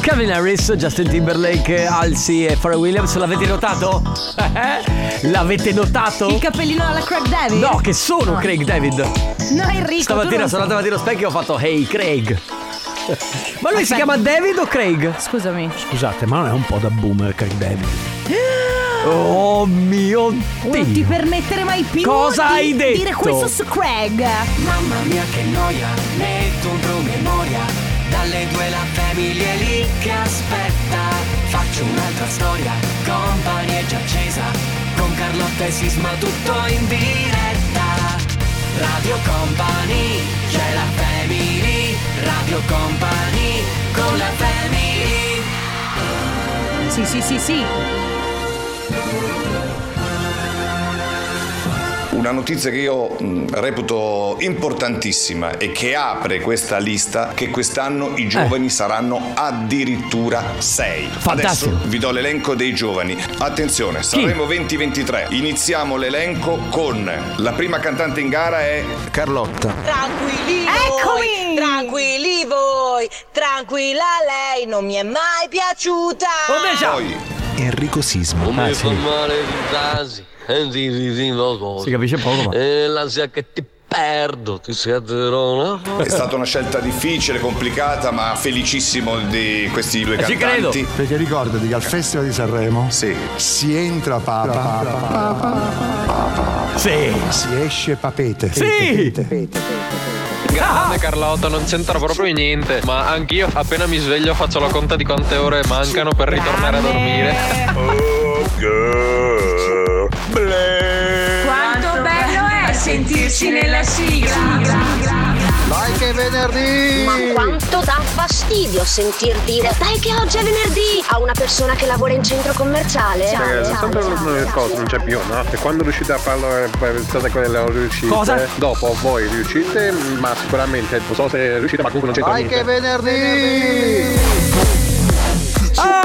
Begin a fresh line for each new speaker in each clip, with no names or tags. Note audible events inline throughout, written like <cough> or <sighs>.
Calvin Harris, Justin Timberlake, Halsey e Pharrell Williams, l'avete notato? <laughs> Eh? l'avete notato?
Il cappellino alla Craig David?
No, che sono
Ah.
Craig David.
No, Enrico. tu
Stamattina
non-
sono andato davanti allo specchio e ho fatto Hey Craig. <laughs> Ma lui si
Aspetta.
chiama David o Craig?
Scusami.
Scusate, ma non è un po' da boomer Craig David?
<gasps> Oh mio
Non ti
Dio.
permettere mai più
Cosa
di
hai detto?
dire questo su Craig.
Mamma mia che noia, metto un promemoria Dalle due la famiglia è lì che aspetta Faccio un'altra storia, company è già accesa Con Carlotta e Sisma tutto in diretta Radio Company, c'è la family Radio Company, con la family
Sì, sì, sì, sì.
Una notizia che io mh, reputo importantissima e che apre questa lista che quest'anno
Eh.
i giovani saranno addirittura 6.
Fantastico.
Adesso vi do l'elenco dei giovani. Attenzione, Sanremo 2023. Iniziamo l'elenco con la prima cantante in gara è Carlotta.
Tranquilli
Eccomi!
voi, tranquilli voi, tranquilla lei, non mi è mai piaciuta.
Come già?
Poi
Enrico Sisma.
Come
Ah,
mi
sì.
fa male di frasi e di ridico cose.
Si capisce poco, ma-
E l'ansia che ti perdo, ti scatterò una
è stata una scelta difficile, complicata, ma felicissimo di questi due
Ci
cantanti.
credo.
Perché ricordati che al Festival di Sanremo
Eh Sì.
si entra papa,
Sì.
si esce papete.
Sì.
Grande Ah, Carlotta, non c'entra proprio niente, ma anch'io appena mi sveglio faccio la conta di quante ore mancano per ritornare a dormire.
Quanto bello è sentirsi nella sigla.
Dai che è venerdì!
Quanto dà fastidio sentir dire Dai che oggi è venerdì a una persona che lavora in centro commerciale
Ragazzi, sempre una cosa non c'è più, no? E quando riuscite a farlo pensate che non riuscite.
Cosa?
Dopo voi riuscite, ma sicuramente non so se riuscite, ma comunque non c'entra niente.
venerdì!
Ah!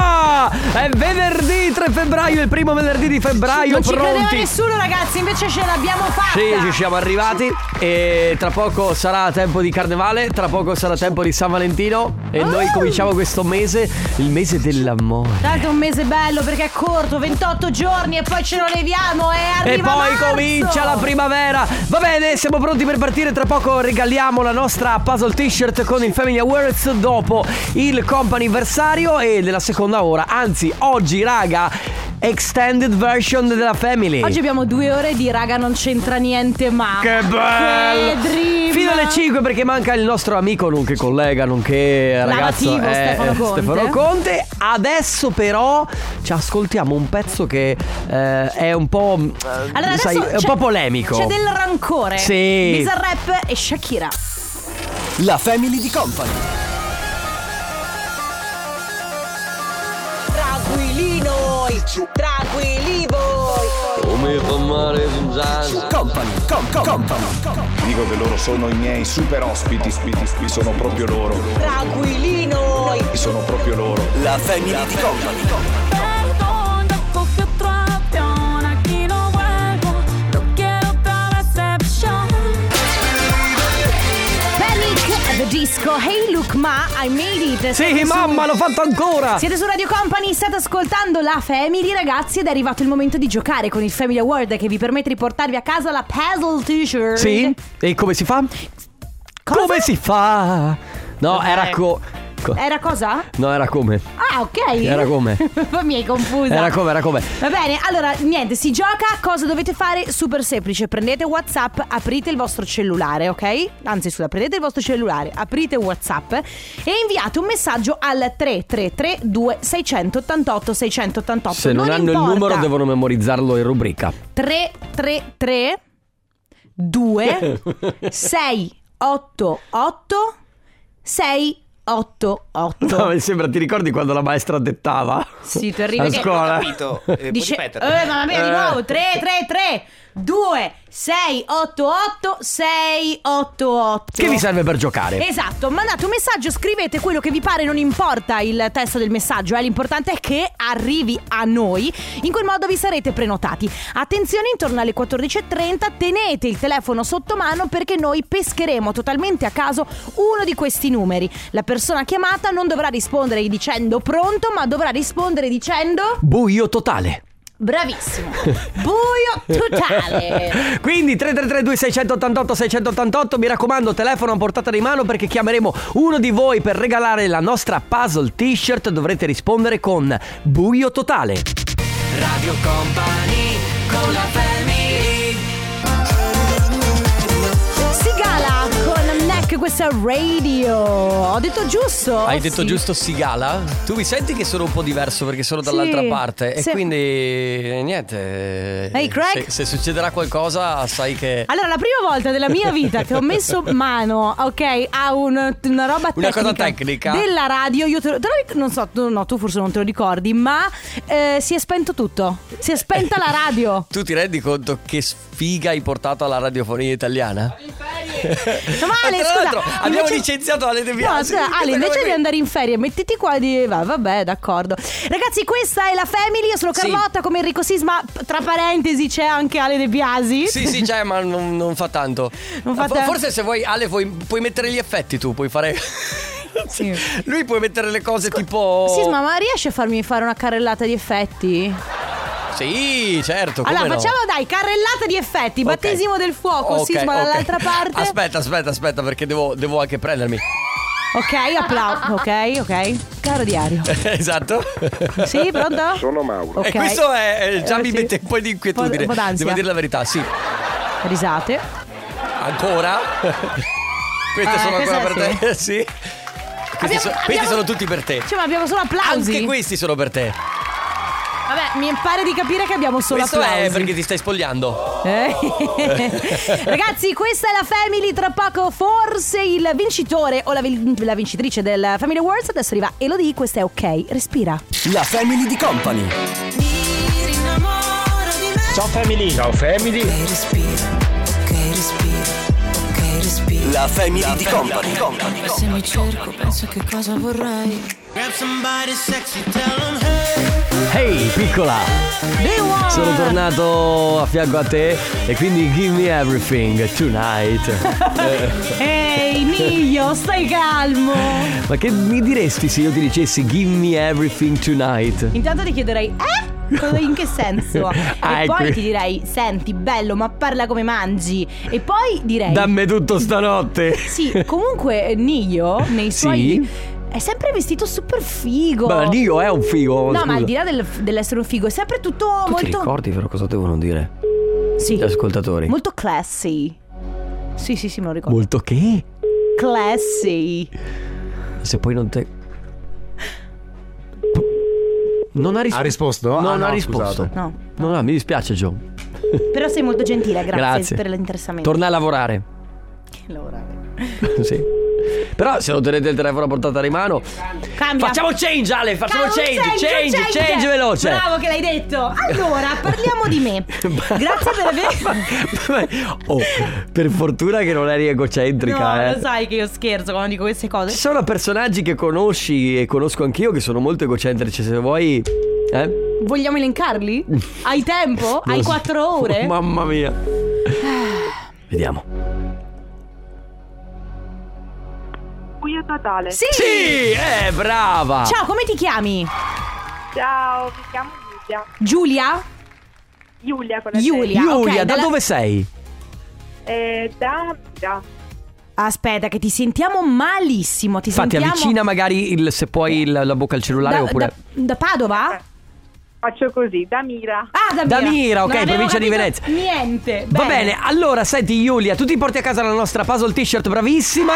È venerdì 3 febbraio, il primo venerdì di febbraio,
Non ci credeva
pronti.
nessuno, ragazzi, invece ce l'abbiamo fatta.
Sì, ci siamo arrivati e tra poco sarà tempo di carnevale, tra poco sarà tempo di San Valentino e
Oh.
noi cominciamo questo mese, il mese dell'amore.
Tanto è un mese bello perché è corto, 28 giorni e poi ce lo leviamo e arriva
E poi
marzo.
comincia la primavera. Va bene, siamo pronti per partire. Tra poco regaliamo la nostra puzzle t-shirt con il Family Awards dopo il companiversario e nella seconda ora. Anzi, oggi, raga, extended version della Family.
Oggi abbiamo due ore di raga non c'entra niente ma
Che bello!
Che dream!
Fino alle 5 perché manca il nostro amico, nonché collega, nonché ragazzo eh,
Lavativo, Stefano Conte.
Stefano Conte. Adesso però ci ascoltiamo un pezzo che eh, è un po' eh,
Allora adesso
sai, è un
c'è-
po' polemico.
C'è del rancore
Ecco. Sì.
Bizarrap e Shakira
La Family di Company.
Tranquilli noi, tranquilli voi.
Come mi fa male di frasi.
Company, com, com, company.
Dico che loro sono i miei super ospiti, ospiti, ospiti, sono proprio loro,
Tranquilli noi.
sono proprio loro.
La Family di Company.
Panic The Disco Hey look ma I made it
Sì,
Siete su-
mamma, l'ho fatto ancora.
Siete su Radio Company, state ascoltando la Family ragazzi ed è arrivato il momento di giocare con il Family Award che vi permette di portarvi a casa la puzzle t-shirt
Sì? E come si fa?
Cosa?
Come si fa? No, era co- co-
Era cosa?
No, era come.
Ah ok
Era come?
<laughs> Mi hai confusa
Era come, era come.
Va bene, allora niente, si gioca, cosa dovete fare? Super semplice, prendete Whatsapp, aprite il vostro cellulare, ok? Anzi scusa, prendete il vostro cellulare, aprite Whatsapp e inviate un messaggio al 333 2688 688
Se non, hanno il numero devono memorizzarlo in rubrica.
333 2 688 688
<laughs> No, mi sembra, ti ricordi quando la maestra dettava?
Sì, tu arrivi
A
che-
scuola.
eh,
Eh.
Dice, eh, mamma mia, di nuovo, 3, 3, 3, 2 688 688
Che vi serve per giocare?
Esatto, mandate un messaggio, scrivete quello che vi pare, non importa il testo del messaggio, eh, l'importante è che arrivi a noi, in quel modo vi sarete prenotati. Attenzione, intorno alle 14.30 tenete il telefono sotto mano perché noi pescheremo totalmente a caso uno di questi numeri. La persona chiamata non dovrà rispondere dicendo pronto, ma dovrà rispondere dicendo...
Buio totale.
Bravissimo, buio totale.
<laughs> Quindi 3332 688 688 mi raccomando telefono a portata di mano perché chiameremo uno di voi per regalare la nostra puzzle t-shirt dovrete rispondere con buio totale
Radio Company con la family
Sigala con Neck, questa è radio. Ho detto giusto?
Hai detto
Sì.
giusto Sigala? Tu mi senti che sono un po' diverso perché sono dall'altra
Sì,
parte e
sì.
quindi eh, niente.
Ehi, Craig?
Se, se succederà qualcosa sai che...
Allora, la prima volta della mia vita che ho messo mano, ok, a un- una roba
Una
tecnica
cosa tecnica.
della radio, io te lo, te lo ric- non so, tu, no, tu forse non te lo ricordi, ma eh, si è spento tutto. Si è spenta la radio.
<laughs> Tu ti rendi conto che sfiga hai portato alla radiofonia italiana?
Ma Ale,
Ma tra
scusa,
l'altro abbiamo
invece-
licenziato Ale De
No,
Biasi.
scusa,
Questa
Ale, invece
cosa
di
qui.
andare in ferie, mettiti qua e di. Va, vabbè, d'accordo. Ragazzi, questa è la Family. Io sono
Sì.
Carlotta, come Enrico Sisma. Tra parentesi, c'è anche Ale De Biasi.
Sì, sì, c'è, ma non, non fa tanto. Ah,
Non fa
Fo-
tanto.
Forse se vuoi, Ale, vuoi- puoi mettere gli effetti tu,
<laughs>
puoi fare.
Sì.
Lui puoi mettere le cose tipo.
Sisma, ma riesci a farmi fare una carrellata di effetti?
Sì, certo. come
Allora,
no?
facciamo dai, carrellata di effetti,
Ok.
battesimo del fuoco,
Ok,
sisma
ok.
dall'altra parte.
Aspetta, aspetta, aspetta, perché devo, devo anche
<laughs>
prendermi.
Ok, applauso. Ok, ok. Caro diario.
esatto.
Sì, pronto? Sono Mauro.
<laughs> E questo è, eh, già
Eh,
mi
sì.
mette un po' di inquietudine.
Un po' d'ansia.
Devo dire la verità, sì.
Risate.
Ancora? <laughs> Queste
Eh,
sono ancora per
questa
te? Sì. Questi,
Abbiamo-
so- questi
abbiamo-
sono tutti per te.
Cioè, ma abbiamo solo applausi.
Anche questi sono per te.
Vabbè, mi pare di capire che abbiamo solo
Questo
applausi.
è perché ti stai spogliando.
Eh.
<laughs>
Ragazzi, questa è la Family. Tra poco, forse il vincitore o la, vin- la vincitrice del Family Awards. Adesso arriva Elodie. Questa è ok. Respira.
La family di company.
Ciao family Ciao family
La family di company.
Se mi cerco, penso che cosa vorrei.
Ehi, piccola.
Day one.
Sono tornato a fianco a te e quindi give me everything tonight.
Ehi, Niglio, stai calmo.
Ma che mi diresti se io ti dicessi give me everything tonight?
Intanto ti chiederei, eh? Cosa- In che senso?
<laughs> Ah,
e
ecco.
poi ti direi, senti, bello, ma parla come mangi. E poi direi,
Dammi tutto stanotte.
sì, comunque eh, Nio nei suoi...
Sì.
È sempre vestito super figo.
Ma Nio è un figo.
No, ma al
scusa.
di là del- dell'essere un figo, è sempre tutto
Tu ti
molto...
ricordi però cosa devono dire
Sì,
gli ascoltatori?
molto classy. Sì, sì, sì, me lo ricordo.
Molto che?
Classy.
Se poi non te... Non ha risposto.
Ha risposto?
Non
Ah, no,
ha risposto.
No.
No, no, mi dispiace John.
Però sei molto gentile, grazie,
Grazie.
per l'interessamento.
Torna a lavorare.
Allora,
sì. Però se non tenete il telefono a portata di mano...
Cambia.
Facciamo change Ale, facciamo
Cavolo,
change, change, change, veloce.
Bravo che l'hai detto. Allora, parliamo di me. Grazie per aver
<laughs> oh, per fortuna che non eri egocentrica,
No,
eh.
lo sai che io scherzo quando dico queste
Ci
cose.
sono personaggi che conosci e conosco anch'io che sono molto egocentrici, cioè, se vuoi... Eh?
Vogliamo
<laughs>
elencarli? Hai tempo? Hai
Non so.
quattro ore?
<laughs> Mamma
<sighs>
mia. Vediamo.
buio totale.
Sì.
Sì, eh, brava.
Ciao, come ti chiami?
Ciao, mi chiamo Giulia.
Giulia?
Giulia con la
Giulia.
Giulia,
ok,
da
dalla-
dove sei?
T. Eh, da un'amica.
Aspetta che ti sentiamo malissimo, ti
Infatti
sentiamo
avvicina magari il- se puoi il- la bocca al cellulare
da,
oppure...
da- da Padova?
Faccio così, da Mira.
Ah, da
Da
Mira.
Mira, ok,
Non avevo
provincia di
capito
Venezia.
Niente.
Va bene, allora senti Giulia, tu ti porti a casa la nostra puzzle t-shirt, bravissima.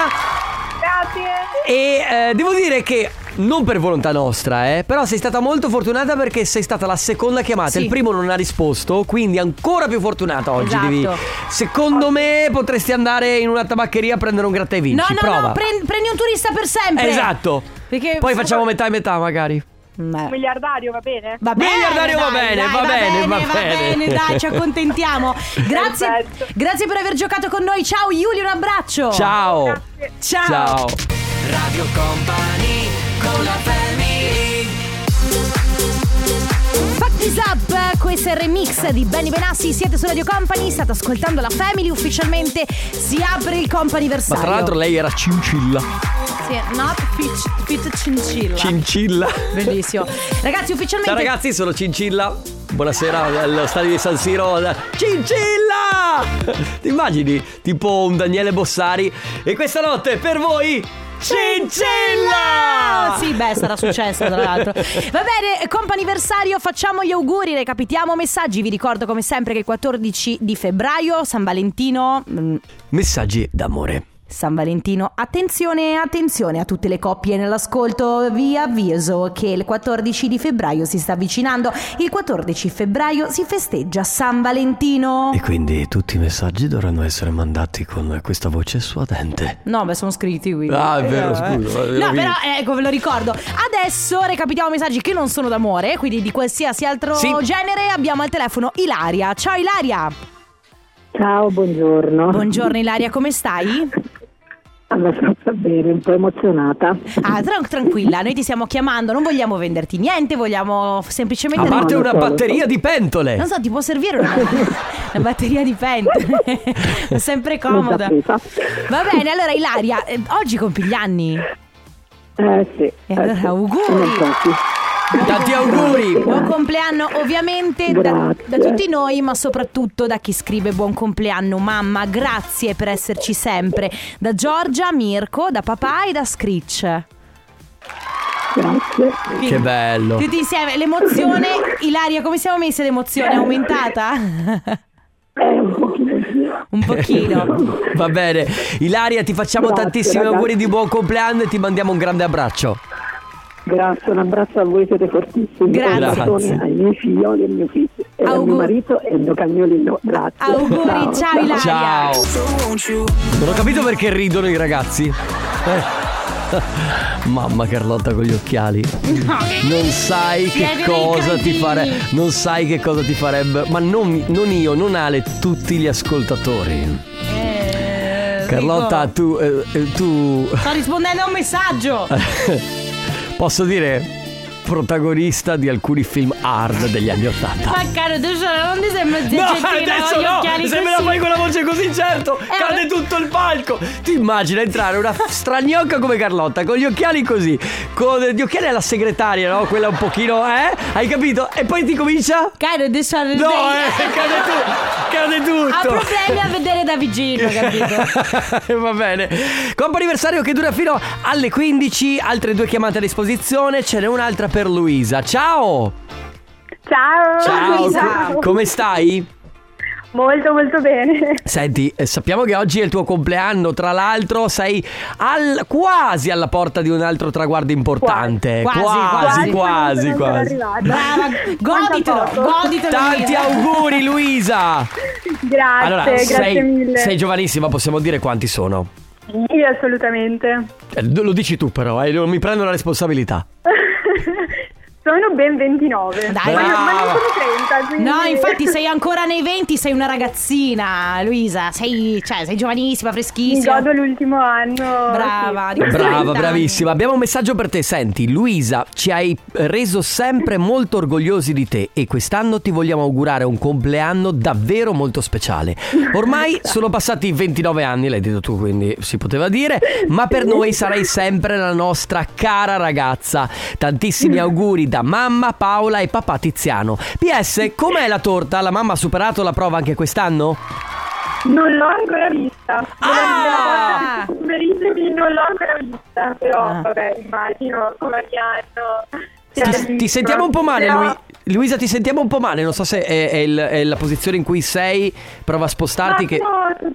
Grazie.
E eh, devo dire che non per volontà nostra, eh, però sei stata molto fortunata perché sei stata la seconda chiamata.
Sì.
Il primo non ha risposto, quindi ancora più fortunata oggi.
Esatto.
devi- Secondo me potresti andare in una tabaccheria a prendere un gratta e vinci.
No, no,
Prova.
no, pren- prendi un turista per sempre.
Esatto.
Perché
Poi facciamo metà e metà magari.
Miliardario, va bene?
Va bene,
Miliardario va
dai,
bene,
dai,
va bene, va bene.
dai, ci
<laughs>
accontentiamo. Grazie,
Perfetto.
grazie per aver giocato con noi. Ciao Giulio, un abbraccio.
Ciao.
Oh, Ciao.
Radio Company con la family
Fuck this up, questo è il remix di Benny Benassi, siete su Radio Company, state ascoltando la Family ufficialmente, si apre il
Ma
companiversario.
tra l'altro lei era cincilla.
Sì, not fit, fit cincilla.
Cincilla.
Bellissimo. Ragazzi, ufficialmente...
Ciao ragazzi, sono Cincilla. Buonasera allo stadio di San Siro. Cincilla! <laughs> Ti immagini? Tipo un Daniele Bossari. E questa notte per voi. Cincilla!
Ah, Sì, beh, sarà successo tra l'altro. Va bene, companiversario, facciamo gli auguri, recapitiamo messaggi. Vi ricordo come sempre che il 14 di febbraio, San Valentino. mm,
Messaggi d'amore.
San Valentino, attenzione, attenzione a tutte le coppie nell'ascolto, vi avviso che il 14 di febbraio si sta avvicinando, il 14 febbraio si festeggia San Valentino.
E quindi tutti i messaggi dovranno essere mandati con questa voce suadente.
No, beh, sono scritti qui.
Ah, è vero, scusa, è vero,
No, però,
quindi-
ecco, ve lo ricordo. Adesso recapitiamo messaggi che non sono d'amore, quindi di qualsiasi altro
Sì.
genere. Abbiamo al telefono Ilaria. Ciao Ilaria.
Ciao, buongiorno.
Buongiorno Ilaria, come stai?
Abbastanza bene, un po' emozionata.
Ah, tran- tranquilla, noi ti stiamo chiamando, non vogliamo venderti niente, vogliamo f- semplicemente...
A parte una batteria di
Non
Eh.
pentole.
so, ti può servire una,
<laughs>
una batteria di pentole. È sempre comoda.
L'ho già
Va bene, allora Ilaria, eh, oggi compi gli anni.
Eh sì.
E allora, auguri.
Tanti auguri.
Buon compleanno ovviamente da, da tutti noi, ma soprattutto da chi scrive buon compleanno mamma, grazie per esserci sempre. Da Giorgia, Mirko, da papà e da Screech.
Grazie.
Che bello.
Tutti insieme, <laughs> l'emozione, Ilaria, come siamo messi l'emozione? È aumentata? Eh, Un pochino.
<laughs> Va bene. Ilaria, ti facciamo
Grazie,
tantissimi
ragazzi.
auguri di buon compleanno e ti mandiamo un grande abbraccio.
Grazie, un abbraccio a voi, siete fortissimi.
Grazie.
Un abbraccione ai miei figlioli, al mio figlio, e al
Auguri.
mio marito e al mio cagnolino. Grazie.
Auguri, ciao, Ilaria.
Ciao. Non ho capito perché ridono i ragazzi. Eh. <laughs> Mamma Carlotta con gli occhiali. Non sai
Siete
che
dei
cosa ti
cretini.
farebbe. Non sai che cosa ti farebbe. Ma non, non io, non Ale, tutti gli ascoltatori.
Eh,
Carlotta,
Rico,
tu. eh, eh, tu.
Sto rispondendo a un messaggio.
Eh. Posso dire? Protagonista di alcuni film hard degli anni Ottanta.
Ma caro, tu sono- non ti sembra
No,
zecettina,
adesso
ho gli
no!
occhiali
Se me la
così. Eh,
fai con la voce così, certo! cade tutto il palco! Ti immagina entrare una stragnocca come Carlotta, con gli occhiali così, con eh, gli occhiali alla segretaria, no? Quella un pochino, eh? Hai capito? E poi ti comincia?
Caro, adesso ho
No, eh! Cade, tu- cade
Ha
tutto!
problemi a vedere da vicino, capito?
<laughs> Va bene. Compo anniversario che dura fino alle 15, altre due chiamate a disposizione, ce n'è un'altra per Luisa. Ciao!
Ciao, Luisa.
co- come stai?
Molto, molto bene.
Senti, eh, sappiamo che oggi è il tuo compleanno, tra l'altro sei al- quasi alla porta di un altro traguardo importante.
Quasi,
quasi,
quasi,
quasi.
Quanto non
quasi.
sono arrivata.
Brava, goditelo,
poco.
goditelo.
Tanti
Luisa.
auguri Luisa!
Grazie, grazie
sei,
mille.
sei giovanissima, possiamo dire quanti sono.
Io assolutamente. <laughs>
Eh, Lo dici tu però, eh, non mi prendo la responsabilità.
sono ben 29.
Dai,
brava.
ma, non- ma non sono 30, quindi...
No, infatti sei ancora nei 20, sei una ragazzina, Luisa, sei, cioè, sei giovanissima,
<laughs> Mi
freschissima.
godo l'ultimo anno.
Brava,
sì.
di-
Brava,
Tanti.
bravissima. Abbiamo un messaggio per te. Senti, Luisa, ci hai reso sempre molto orgogliosi di te e quest'anno ti vogliamo augurare un compleanno davvero molto speciale. Ormai sono passati 29 anni, l'hai detto tu, quindi si poteva dire, ma per noi sarai sempre la nostra cara ragazza. Tantissimi auguri da mamma Paola e papà Tiziano. PS, com'è la torta? La mamma ha superato la prova anche quest'anno?
Non l'ho ancora vista.
Ah!
Veritemi, non l'ho ancora vista. Però, vabbè, immagino come ogni anno. sia
Ti, ti
bellissima.
sentiamo un po' male,
Però-
Lui- Luisa. Ti sentiamo un po' male. Non so se è, è il- è la posizione in cui sei. Prova a spostarti.
Ma
che-
no,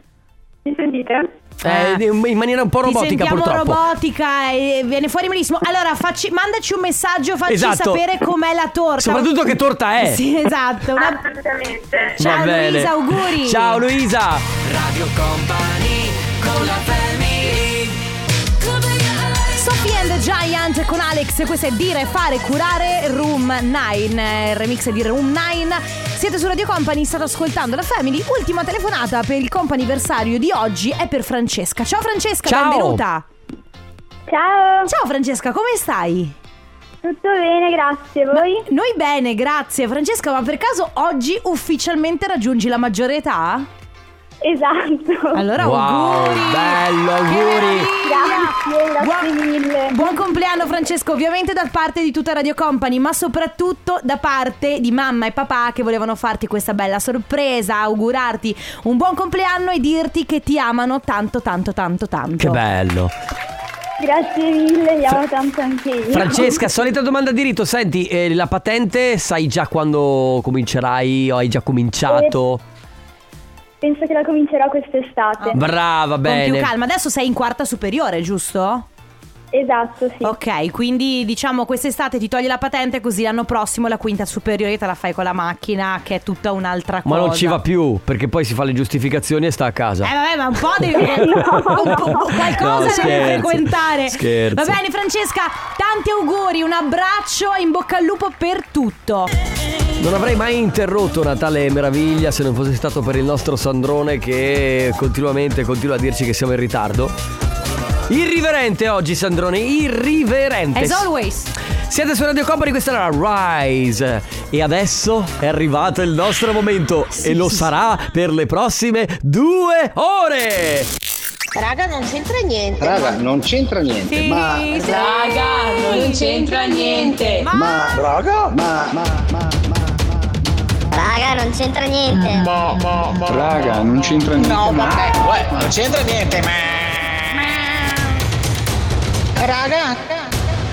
Mi sentite?
eh, in maniera un po' robotica,
Ti sentiamo
purtroppo.
robotica e viene fuori benissimo. Allora, facci- mandaci un messaggio, facci
Esatto.
sapere com'è la torta.
Soprattutto che eh. torta è.
Sì, esatto. Una-
Assolutamente.
Ciao
Va bene.
Luisa, auguri.
Ciao Luisa.
Company con la family
Sophie and the Giant Mezzo con Alex, questo è Dire, Fare, Curare, Room 9, eh, il remix di Room 9. Siete su Radio Company, state ascoltando la Family. Ultima telefonata per il companiversario di oggi è per Francesca. Ciao Francesca,
Ciao.
benvenuta. Ciao. Ciao Francesca, come stai? Tutto bene, grazie. Voi? noi bene, grazie. Francesca, ma per caso oggi ufficialmente raggiungi la maggiore età? Esatto. Allora,
wow,
auguri.
bello, auguri.
Grazie, buon, buon compleanno Francesco, ovviamente da parte di tutta Radio Company, ma soprattutto da parte di mamma e papà che volevano farti questa bella sorpresa, augurarti un buon compleanno e dirti che ti amano tanto tanto tanto tanto.
Che bello.
<laughs> Grazie mille, vi amo tanto anche io.
Francesca, solita domanda di rito. Senti, eh, la patente sai già quando comincerai o hai già cominciato?
Penso che la comincerò
Ah.
quest'estate.
Brava,
Con
bene.
più calma, adesso sei in quarta superiore, giusto?
Esatto, sì.
Oh.
Ok, quindi diciamo quest'estate ti togli la patente così l'anno prossimo la quinta superiore te la fai con la macchina che è tutta un'altra
Ma
cosa.
non ci va più, perché poi si fa le giustificazioni e sta a casa.
Eh vabbè, ma un po' devi un po'- un po'
No,
qualcosa devi
scherzo,
frequentare.
scherzo.
Va bene, Francesca, tanti auguri, un abbraccio, in bocca al lupo per tutto.
Non avrei mai interrotto Natale e Meraviglia se non fosse stato per il nostro Sandrone che continuamente continua a dirci che siamo in ritardo. Irriverente oggi Sandrone, irriverente.
As always.
Siete su Radio Company, questa era Rise. E adesso è arrivato il nostro momento e lo sarà per le prossime due ore.
Raga, non c'entra niente.
non c'entra niente,
raga, Ah, non c'entra niente.
Ma raga, ma ma
raga, non c'entra niente.
Mm,
Ma, ma, ma.
raga, non c'entra niente.
No, vabbè.
Uè, non c'entra niente, ma
Raga,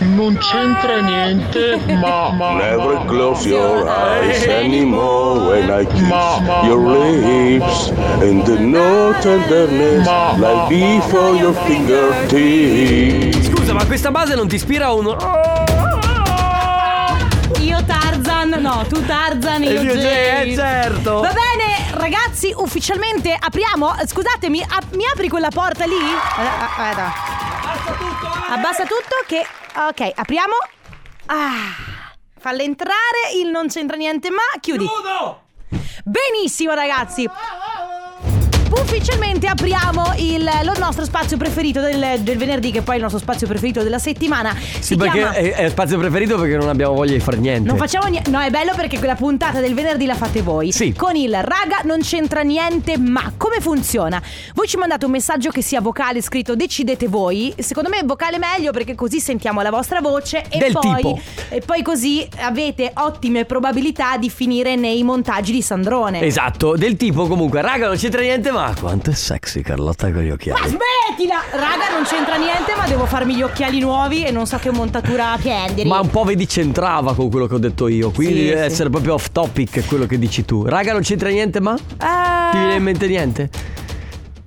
non c'entra niente. Ma, ma.
Never close your eyes anymore when I kiss your lips and the no tenderness like before your fingertips.
Scusa, ma questa base non ti ispira a uno.
Io Tarzan, no, tu Tarzan,
E
io
io Jay,
Jay.
eh, certo.
Va bene, ragazzi, ufficialmente apriamo. Scusatemi, ap- mi apri quella porta lì? Aspetta. eh, Abbassa tutto che Ok, apriamo. Ah! Falla entrare il non c'entra niente, ma chiudi. Chiudo! Benissimo, ragazzi. Ufficialmente apriamo il, lo nostro spazio preferito del, del venerdì, che poi è il nostro spazio preferito della settimana.
Sì,
si
perché
chiama...
è, è spazio preferito perché non abbiamo voglia di far niente.
Non facciamo niente. No, è bello perché quella puntata del venerdì la fate voi. Sì. Con il raga non c'entra niente, ma come funziona? Voi ci mandate un messaggio che sia vocale, scritto decidete voi. Secondo me vocale meglio perché così sentiamo la vostra voce e
Del
poi
tipo.
e poi così avete ottime probabilità di finire nei montaggi di Sandrone.
Esatto, del tipo comunque, raga, non c'entra niente, ma quanto è sexy Carlotta con gli
Ma
occhiali.
smettila! Raga, non c'entra niente, ma devo farmi gli occhiali nuovi e non so che montatura prendere.
Ma un po' vedi c'entrava con quello che ho detto io, quindi
Sì,
deve
sì.
essere proprio off topic quello che dici tu. Raga, non c'entra niente, ma
Eh,
ti viene in mente niente?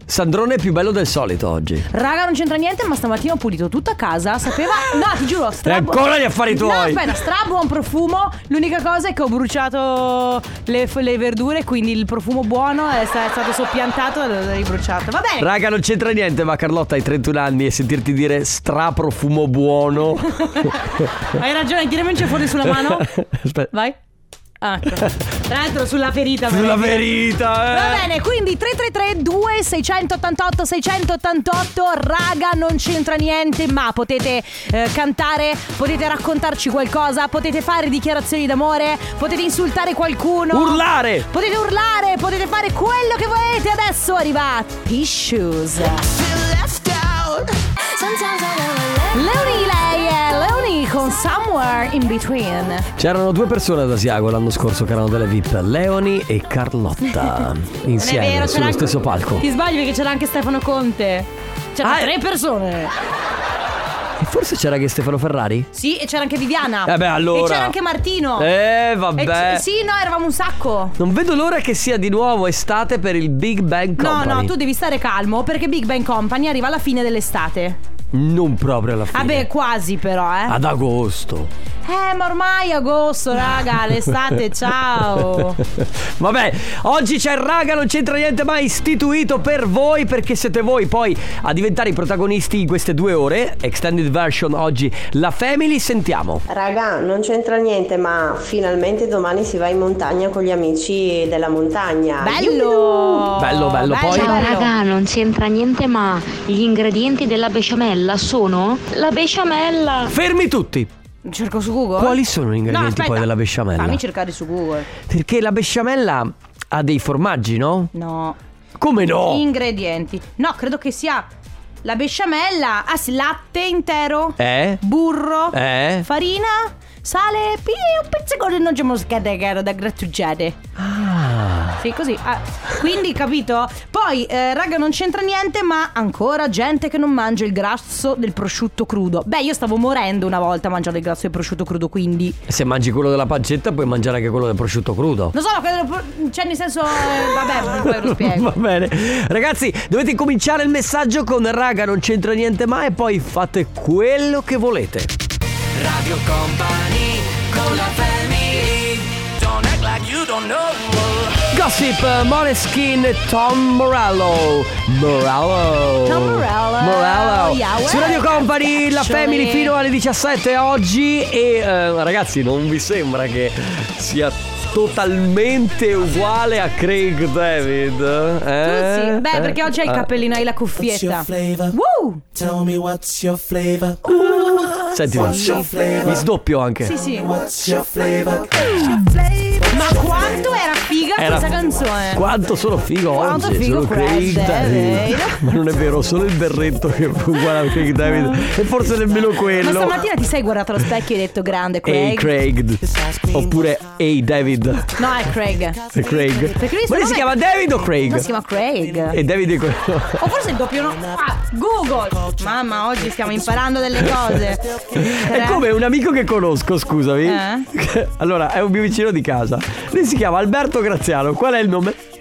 Sandrone è più bello del solito oggi.
Raga, non c'entra niente, ma stamattina ho pulito tutta casa. Sapeva. No, ti giuro, stra.
E ancora gli affari
No,
tuoi.
aspetta, stra buon profumo. L'unica cosa è che ho bruciato le, le verdure, quindi il profumo buono è sta- è stato soppiantato e ribruciato. Va bene.
Raga, non c'entra niente, ma Carlotta hai 31 anni e sentirti dire stra
<laughs>
profumo buono.
Hai ragione, tirami un fuori sulla mano.
<laughs> Aspetta.
Vai. Ah, ecco. Tra l'altro sulla ferita.
Sulla
volevo dire.
ferita, eh.
Va bene, quindi 333 2688 688 raga, non c'entra niente, ma potete eh, cantare, potete raccontarci qualcosa, potete fare dichiarazioni d'amore, potete insultare qualcuno.
Urlare.
Potete urlare, potete fare quello che volete. Adesso arriva Tissues. Leonie lei è Leonie con Somewhere in Between.
C'erano due persone ad Asiago l'anno scorso che erano delle VIP, Leoni e Carlotta. Insieme,
<laughs> non è vero, c'era
sullo
anche-
stesso palco.
Ti sbagli perché c'era anche Stefano Conte. C'erano
Ah,
tre persone.
E forse c'era anche Stefano Ferrari?
Sì, e c'era anche Viviana.
Eh beh, allora.
E c'era anche Martino.
Eh, vabbè.
E c- sì, no, eravamo un sacco.
Non vedo l'ora che sia di nuovo estate per il Big Bang
No,
Company.
no, tu devi stare calmo perché Big Bang Company arriva alla fine dell'estate.
Non proprio alla fine. Ah.
Vabbè, quasi però, eh.
Ad agosto.
Eh, ma ormai è agosto, raga,
<laughs>
l'estate, ciao.
Vabbè, oggi c'è il raga, non c'entra niente mai istituito per voi perché siete voi poi a diventare i protagonisti in queste due ore. Extended version oggi, la family, sentiamo.
Raga, non c'entra niente, ma finalmente domani si va in montagna con gli amici della montagna.
Bello!
Bello, bello, poi...
Ciao raga, non c'entra niente ma gli ingredienti della besciamella sono la
Ah.
besciamella.
Fermi tutti.
Cerco su Google.
Quali sono gli ingredienti
No, aspetta.
poi della besciamella?
Fammi cercare su Google.
Perché la besciamella ha dei formaggi, no?
No.
Come no?
Ingredienti. No, credo che sia la besciamella. Ah, sì, latte intero.
Eh?
Burro.
Eh?
Farina. Sale. pi- E un pizzico di noce moscata che ero da grattugiare.
Ah.
Sì, così. Ah, quindi, capito? Poi, eh, raga, non c'entra niente, ma ancora gente che non mangia il grasso del prosciutto crudo. Beh, io stavo morendo una volta mangiando il grasso del prosciutto crudo, quindi.
Se mangi quello della pancetta puoi mangiare anche quello del prosciutto crudo.
Non so, quello del pro- cioè, nel senso. eh, vabbè, poi lo spiego.
<laughs> Va bene. Ragazzi, dovete cominciare il messaggio con raga, non c'entra niente ma e poi fate quello che volete.
Radio Company con la family. Don't act like you don't know.
Gossip, Moneskin, Tom Morello. Morello.
Tom Morello.
Morello.
Yeah,
Su Radio Company, la
Actually.
Family fino alle 17 oggi. E eh, ragazzi, non vi sembra che sia totalmente uguale a Craig David? Eh?
Sì, beh,
Eh?
perché oggi hai il
Ah.
cappellino, hai la
What's your
cuffietta. Woo!
Tell me what's your flavor.
Senti,
What's your flavor?
mi sdoppio anche.
Sì, sì.
What's your flavor?
Ma quanto era figa
Era-
questa canzone?
Quanto sono figo
Quanto
oggi,
figo
sono Craig
Craig
David.
David.
Ma non è vero, solo il berretto che è uguale a Craig David e forse nemmeno
Ma
quello.
stamattina ti sei guardato allo specchio e hai detto grande
Ehi
Craig.
Craig. Oppure Ehi David.
No, è Craig.
È Craig.
Perché lui
Ma lui si chiama David o Craig?
No, si chiama Craig.
E David è quello.
O forse il doppio nome. Ah, Google! Mamma, oggi stiamo imparando delle
<laughs>
cose.
È come un amico che conosco, scusami.
Eh?
<laughs> Allora, è un mio vicino di casa. Lui si chiama Alberto Graziano. Qual è il nome? <laughs>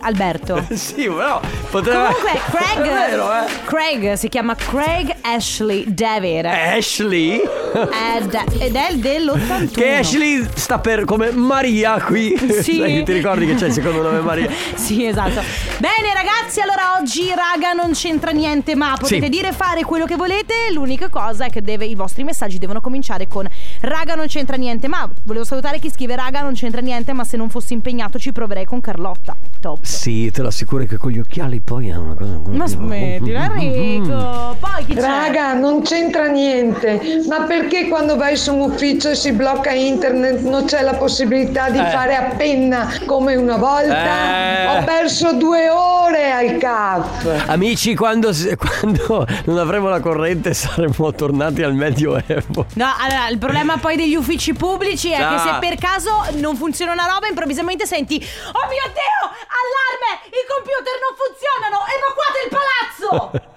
Alberto.
sì, però potrebbe.
Comunque, Craig.
Eh. <laughs> È vero, eh.
Craig si chiama Craig Ashley David.
eh? Ashley.
Ed, ed è il dell'81.
Eh. Che Ashley sta per come Maria qui.
Sì.
<laughs> Sai, ti ricordi che c'è il secondo nome Maria?
<laughs> Sì, esatto. Bene, ragazzi, allora oggi, raga, non c'entra niente, ma potete
Sì.
dire fare quello che volete. L'unica cosa è che deve- i vostri messaggi devono cominciare con raga, non c'entra niente, ma volevo salutare chi scrive raga, non c'entra niente, ma se non fossi impegnato ci proverei con Carlotta. Top.
<laughs> Sì, te lo assicuro che con gli occhiali poi è una cosa ancora.
Ma smetti, Enrico. Poi chi c'è?
Raga, non c'entra niente. Ma perché quando vai su un ufficio e si blocca internet non c'è la possibilità di
Eh.
fare a penna come una volta?
Eh.
Ho perso due ore al CAF.
Amici, quando, si- <laughs> quando non avremo la corrente saremo tornati al medioevo.
No, allora, il problema poi degli uffici pubblici è
Ah.
che se per caso non funziona una roba, improvvisamente senti Oh mio Dio, allarme, i computer non funzionano, evacuate il palazzo!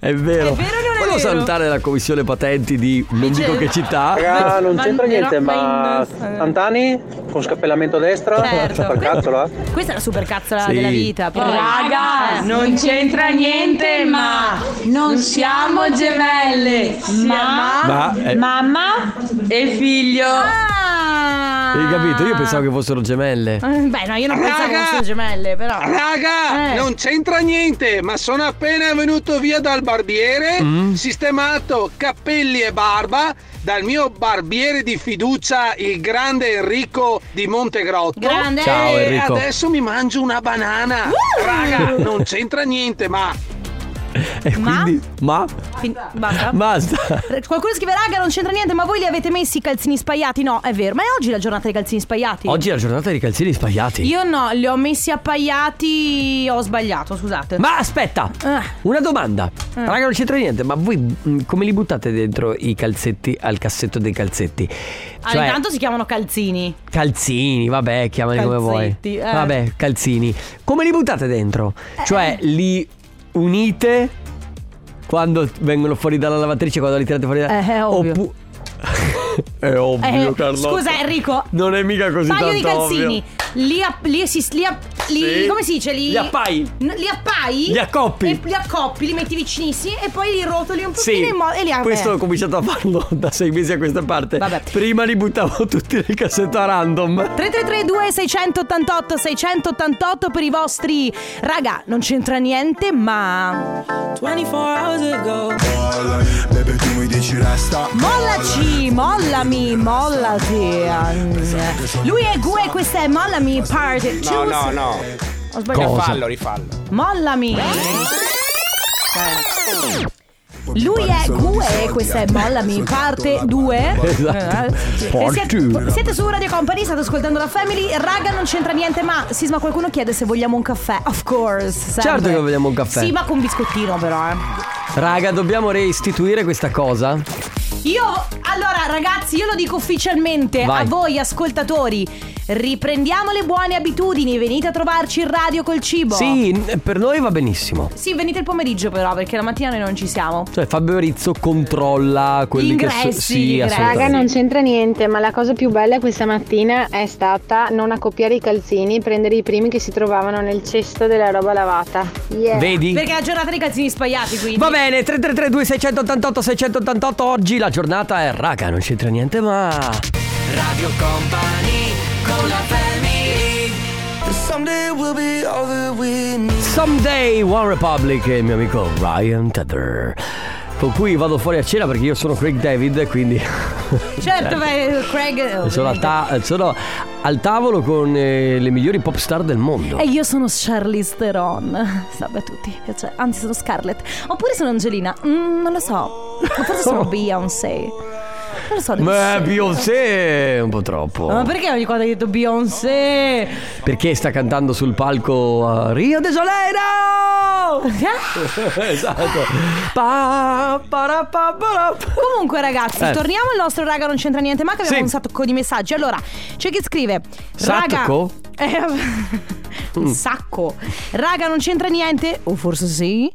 È vero.
È vero o non è
Volevo
vero?
salutare la commissione patenti di non dico che città.
Raga, non c'entra niente, ma
indossa-
Antani con scappellamento destra,
Certo.
<laughs> per cazzola.
Questa è la super cazzola
Sì.
della vita. poi.
Raga,
Eh.
non c'entra niente, ma non siamo gemelle, ma,
Ma, eh.
mamma e figlio.
Hai capito? Io pensavo che fossero gemelle.
Ah. Eh, Beh, no, io non pensavo
Raga!
fossero gemelle, però.
Raga,
Eh.
non c'entra niente, ma sono appena venuto via dal barbiere, sistemato capelli e barba dal mio barbiere di fiducia, il grande Enrico di Montegrotto.
Grande.
Ciao, eh.
e
Enrico.
adesso mi mangio una banana. Raga, non c'entra niente, ma
E quindi. Ma?
Fin- basta.
Basta.
R- Qualcuno scrive, raga, non c'entra niente, ma voi li avete messi i calzini spaiati? No, è vero, ma è oggi la giornata dei calzini spaiati?
Oggi è la giornata dei calzini sbagliati.
Io no, li ho messi appaiati, ho sbagliato, scusate.
Ma aspetta,
Ah.
una domanda.
Eh.
Raga, non c'entra niente, ma voi mh, come li buttate dentro i calzetti al cassetto dei calzetti? Cioè,
Ah, intanto si chiamano calzini.
Calzini, vabbè, chiamali come vuoi.
Calzetti, eh.
Vabbè, calzini. Come li buttate dentro? Cioè,
eh.
li unite quando vengono fuori dalla lavatrice, quando li tirate fuori da...
Eh, è ovvio.
Oppu- <laughs> è ovvio,
Eh,
Carlotta.
Scusa, Enrico.
Non è mica così
Paio
tanto
di calzini.
ovvio.
Li, app- li si- li app- li,
Sì.
come si dice? Li,
Li appai.
N- li appai?
Li accoppi.
E li accoppi, li metti vicinissimi e poi li rotoli un pochino
Sì,
in modo e li apri.
questo ho cominciato a farlo <laughs> da sei mesi a questa parte. Prima li buttavo tutti nel cassetto a random.
3332 688 688 per i vostri Raga, non c'entra niente ma 24 hours ago
Baby tu mi dici resta
Mollaci, mollami, mollati Lui è Gue, questa è Mollami Part 2
No, no, no.
Ho sbagliato
Rifallo, rifallo.
Mollami Lui è Gue, questa è Mollami Parte 2
Esatto.
siete, siete su Radio Company, state ascoltando la Family Raga, non c'entra niente ma Sisma, qualcuno chiede se vogliamo un caffè Of course sempre.
Certo che vogliamo un caffè.
Sì, ma con biscottino però eh.
Raga, dobbiamo reistituire questa cosa.
Io, allora ragazzi, io lo dico ufficialmente
Vai.
a voi ascoltatori Riprendiamo le buone abitudini, venite a trovarci in radio col cibo
Sì, n- per noi va benissimo.
Sì, venite il pomeriggio però perché la mattina noi non ci siamo
Cioè, Fabio Rizzo controlla quelli che so- Sì,
Raga,
assolutamente.
non c'entra niente, ma la cosa più bella questa mattina è stata non accoppiare i calzini, prendere i primi che si trovavano nel cesto della roba lavata. Yeah.
Vedi?
Perché è la giornata dei calzini spagliati quindi
Va bene, 3332 688 688 oggi la giornata è raga, non c'entra niente ma
Radio Company con la family. Someday we'll be all that we need.
Someday One Republic e il mio amico Ryan Tedder con cui vado fuori a cena perché io sono Craig David quindi <laughs>
Certo, beh, Craig
E sono, a ta- sono al tavolo con eh, le migliori pop star del mondo.
E io sono Charlize Theron. Salve a tutti, piace- anzi sono Scarlett. Oppure sono Angelina, Mm, non lo so. O forse
<laughs>
sono Beyoncé. Non lo so. devo
Beh,
scegliere.
Beyoncé è un po' troppo.
Ma perché ogni quando hai detto Beyoncé?
Perché sta cantando sul palco a Rio
<laughs>
de Janeiro? esatto. Pa, para, pa, para.
Comunque ragazzi,
Eh.
torniamo al nostro raga non c'entra niente ma che abbiamo
Sì.
un sacco di messaggi. Allora, c'è chi scrive raga
Sacco? Mm.
Eh, un sacco. Raga non c'entra niente o forse sì?